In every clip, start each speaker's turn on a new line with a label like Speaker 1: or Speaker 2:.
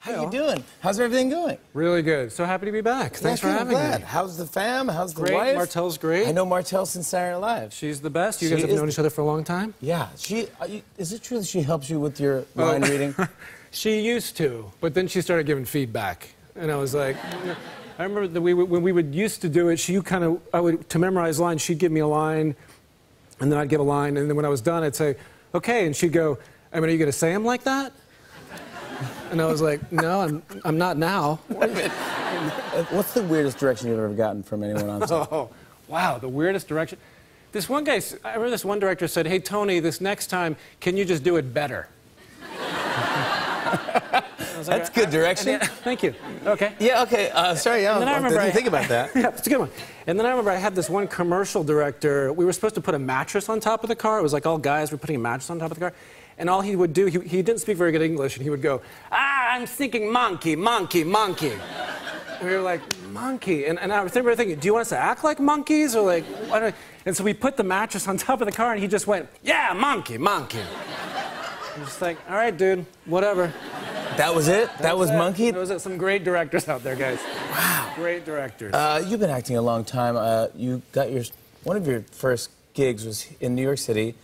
Speaker 1: How you doing? How's everything going?
Speaker 2: Really good. So happy to be back. Thanks for
Speaker 1: Lucky, I'm
Speaker 2: having
Speaker 1: glad.
Speaker 2: me.
Speaker 1: How's the fam? How's the
Speaker 2: Great.
Speaker 1: wife?
Speaker 2: Martel's great.
Speaker 1: I know Martel since Saturday Night Live.
Speaker 2: She's the best. You
Speaker 1: She
Speaker 2: guys have
Speaker 1: is-
Speaker 2: known each other for a long time?
Speaker 1: yeah, she are you, is it true that she helps you with your
Speaker 2: Oh.
Speaker 1: line reading?
Speaker 2: She used to, but then she started giving feedback. And I was like, I remember that we, would- when we would used to do it, she kind of, I would, to memorize lines, she'd give me a line, and then I'd give a line, and then when I was done, I'd say, okay, and she'd go, I mean, are you going to say them like that? And I was like, no, I'm, I'm not now.
Speaker 1: Uh, What's the weirdest direction you've ever gotten from anyone on set?
Speaker 2: Oh, wow, the weirdest direction. This one guy, s- I remember this one director said, Hey, Tony, this next time, can you just do it better? I was like,
Speaker 1: That's good
Speaker 2: "Uh,
Speaker 1: direction."
Speaker 2: yeah, Thank you. Okay.
Speaker 1: Yeah, okay. Uh, sorry, yeah,
Speaker 2: And then I
Speaker 1: I
Speaker 2: remember
Speaker 1: didn't
Speaker 2: I-
Speaker 1: think about that.
Speaker 2: yeah, it's a good one. And then I remember I had this one commercial director. We were supposed to put a mattress on top of the car. It was like all guys were putting a mattress on top of the car. And all he would do, he, he didn't speak very good English, and he would go, Ah, I'm thinking monkey, monkey, monkey. And we were like, Monkey. And, and I remember thinking, Do you want us to act like monkeys? Or like, what do I-" And so we put the mattress on top of the car, and he just went, Yeah, monkey, monkey. I'm just like, All right, dude, whatever.
Speaker 1: That was it? That was
Speaker 2: That's it.
Speaker 1: Monkey?
Speaker 2: Those are some great directors out there, guys. Wow. Great directors.
Speaker 1: Uh, you've been acting a long time. Uh, you got your one of your first gigs was in New York City,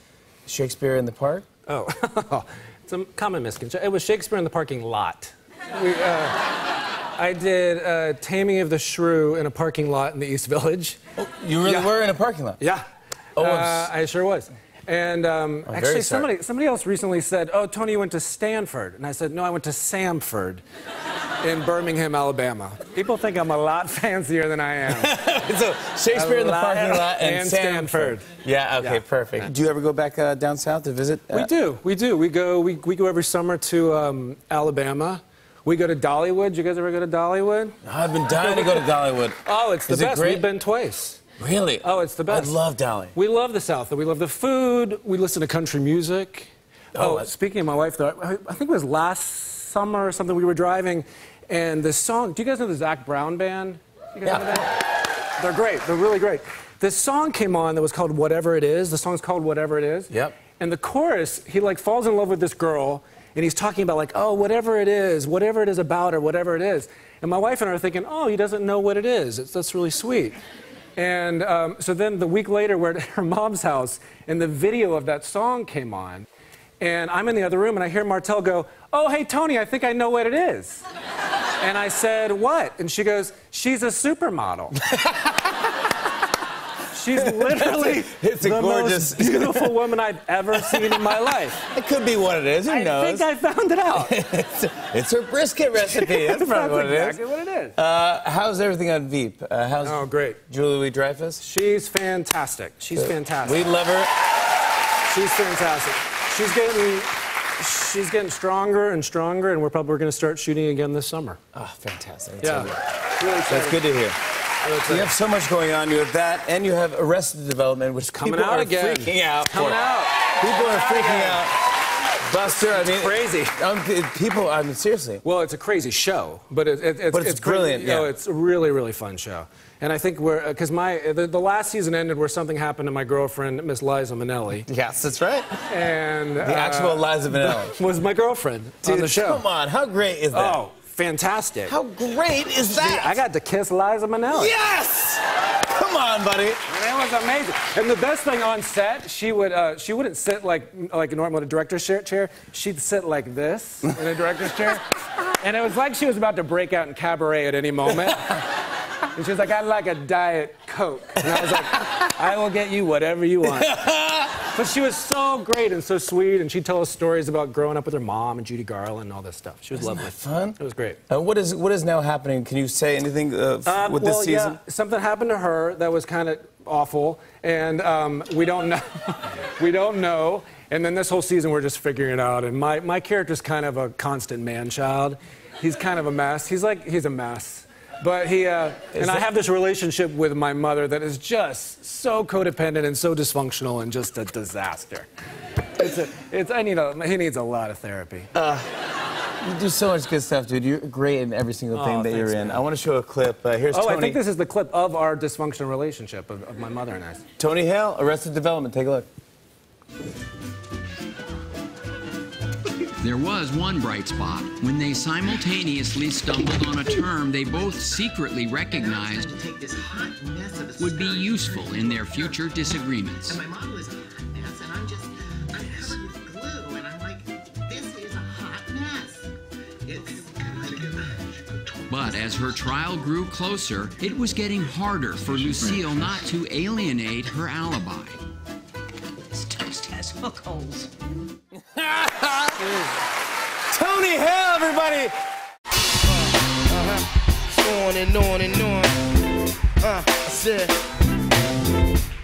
Speaker 1: Shakespeare in the Park.
Speaker 2: Oh, it's a common misconception. It was Shakespeare in the parking lot. We, uh, I did uh, Taming of the Shrew in a parking lot in the East Village.
Speaker 1: You really
Speaker 2: Yeah.
Speaker 1: were in a parking lot.
Speaker 2: Yeah.
Speaker 1: Oh, I'm
Speaker 2: Uh,
Speaker 1: s-
Speaker 2: I sure was. And um,
Speaker 1: I'm very
Speaker 2: actually,
Speaker 1: sorry.
Speaker 2: somebody, somebody else recently said, Oh, Tony, you went to Stanford. And I said, No, I went to Samford in Birmingham, Alabama. People think I'm a lot fancier than I am.
Speaker 1: so Shakespeare in the
Speaker 2: A lot-
Speaker 1: parking lot and,
Speaker 2: and
Speaker 1: Stanford.
Speaker 2: Stanford.
Speaker 1: Yeah. Okay.
Speaker 2: Yeah.
Speaker 1: Perfect. Do you ever go back uh, down south to visit?
Speaker 2: we
Speaker 1: uh,
Speaker 2: do. We do. We go, we, we go every summer to um, Alabama. We go to Dollywood. You guys ever go to Dollywood?
Speaker 1: I've been dying to go to Dollywood.
Speaker 2: Oh, it's the
Speaker 1: Is it
Speaker 2: best.
Speaker 1: great?
Speaker 2: We've been twice.
Speaker 1: Really?
Speaker 2: Oh, it's the best.
Speaker 1: I love Dolly.
Speaker 2: We love the South. We love the food. We listen to country music.
Speaker 1: Oh,
Speaker 2: Oh,
Speaker 1: I-
Speaker 2: speaking of my wife, though, I, I think it was last summer or something. We were driving, and the song. Do you guys know the Zach Brown band? You guys know
Speaker 1: Yeah.
Speaker 2: that? They're great. They're really great. This song came on that was called Whatever It Is. The song's called Whatever It Is.
Speaker 1: Yep.
Speaker 2: And the chorus, he like falls in love with this girl, and he's talking about like, oh, whatever it is, whatever it is about her, whatever it is. And my wife and I are thinking, oh, he doesn't know what it is. It's, that's really sweet. And um, so then the week later, we're at her mom's house, and the video of that song came on. And I'm in the other room, and I hear Martel go, Oh, hey, Tony, I think I know what it is. and I said, What? And she goes, She's a supermodel. She's literally
Speaker 1: It's a
Speaker 2: the
Speaker 1: gorgeous-
Speaker 2: most beautiful woman I've ever seen in my life.
Speaker 1: It could be what it is. Who
Speaker 2: I
Speaker 1: knows?
Speaker 2: think I found it out.
Speaker 1: it's, it's her brisket recipe. That's probably what
Speaker 2: exactly
Speaker 1: it is.
Speaker 2: what it is.
Speaker 1: Uh, how's everything on Veep? Uh, how's
Speaker 2: Oh, great.
Speaker 1: Julie Louis Dreyfus?
Speaker 2: She's fantastic. She's fantastic.
Speaker 1: We love her.
Speaker 2: She's fantastic. She's getting she's getting stronger and stronger, and we're probably going to start shooting again this summer.
Speaker 1: Oh, fantastic. That's
Speaker 2: Yeah,
Speaker 1: lovely.
Speaker 2: really
Speaker 1: That's
Speaker 2: excited.
Speaker 1: good to hear.
Speaker 2: Really excited.
Speaker 1: You have so much going on. You have that, and you have Arrested Development, which
Speaker 2: Coming
Speaker 1: people
Speaker 2: out
Speaker 1: are
Speaker 2: again.
Speaker 1: freaking out.
Speaker 2: Coming
Speaker 1: for.
Speaker 2: out.
Speaker 1: People are
Speaker 2: Coming
Speaker 1: freaking
Speaker 2: out
Speaker 1: out. Buster, I mean,
Speaker 2: Crazy.
Speaker 1: I'm, people, I mean, seriously.
Speaker 2: Well, it's a crazy show, but it, it, it's,
Speaker 1: But it's
Speaker 2: pretty-
Speaker 1: brilliant, yeah.
Speaker 2: You know, it's a really, really fun show. And I think we're because my uh, the, the last season ended where something happened to my girlfriend, Miss Liza Minnelli,
Speaker 1: Yes, that's right.
Speaker 2: and uh,
Speaker 1: The actual Liza Minnelli.
Speaker 2: was my girlfriend on
Speaker 1: Dude,
Speaker 2: the show.
Speaker 1: Come on, how great is that?
Speaker 2: Oh, fantastic!
Speaker 1: How great is that?
Speaker 2: I got to kiss Liza Minnelli.
Speaker 1: Yes! Come on, buddy.
Speaker 2: That was amazing. And the best thing on set, she would uh, she wouldn't sit like like a normal director's chair, chair. She'd sit like this in a director's chair, and it was like she was about to break out in cabaret at any moment. And she was like, "I'd like a diet coke," and I was like, "I will get you whatever you want." But she was so great and so sweet, and she'd tell us stories about growing up with her mom and Judy Garland and all this stuff. She was lovely.
Speaker 1: fun?
Speaker 2: It was great.
Speaker 1: Uh, what is what is now happening? Can you say anything uh, f-
Speaker 2: Um,
Speaker 1: with
Speaker 2: well,
Speaker 1: this season?
Speaker 2: Yeah, something happened to her that was kind of awful, and um, we don't know. we don't know. And then this whole season, we're just figuring it out. And my, my character's kind of a constant man child. He's kind of a mess. He's like, he's a mess. But he, uh, and I
Speaker 1: that-
Speaker 2: have this relationship with my mother that is just so codependent and so dysfunctional and just a disaster. It's a, it's, I need a, he needs a lot of therapy.
Speaker 1: You do so much good stuff, dude. You're great in every single thing
Speaker 2: Oh,
Speaker 1: that you're
Speaker 2: thanks,
Speaker 1: in.
Speaker 2: man.
Speaker 1: I want to show a clip. Uh, here's
Speaker 2: oh,
Speaker 1: Tony.
Speaker 2: I think this is the clip of our dysfunctional relationship of, of my mother and I.
Speaker 1: Tony Hale, Arrested Development. Take a look.
Speaker 3: There was one bright spot when they simultaneously stumbled on a term they both secretly recognized would be useful in their future disagreements.
Speaker 4: And my mom was a hot mess, and I'm just, I'm covered with glue, and I'm like, this is a hot mess. It's
Speaker 3: But as her trial grew closer, it was getting harder for Lucille not to alienate her alibi.
Speaker 5: This toast has hook holes.
Speaker 1: Tony Hill, everybody!
Speaker 6: Uh-huh. on and on and on. Uh, I said,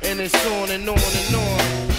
Speaker 6: and it's on and on and on.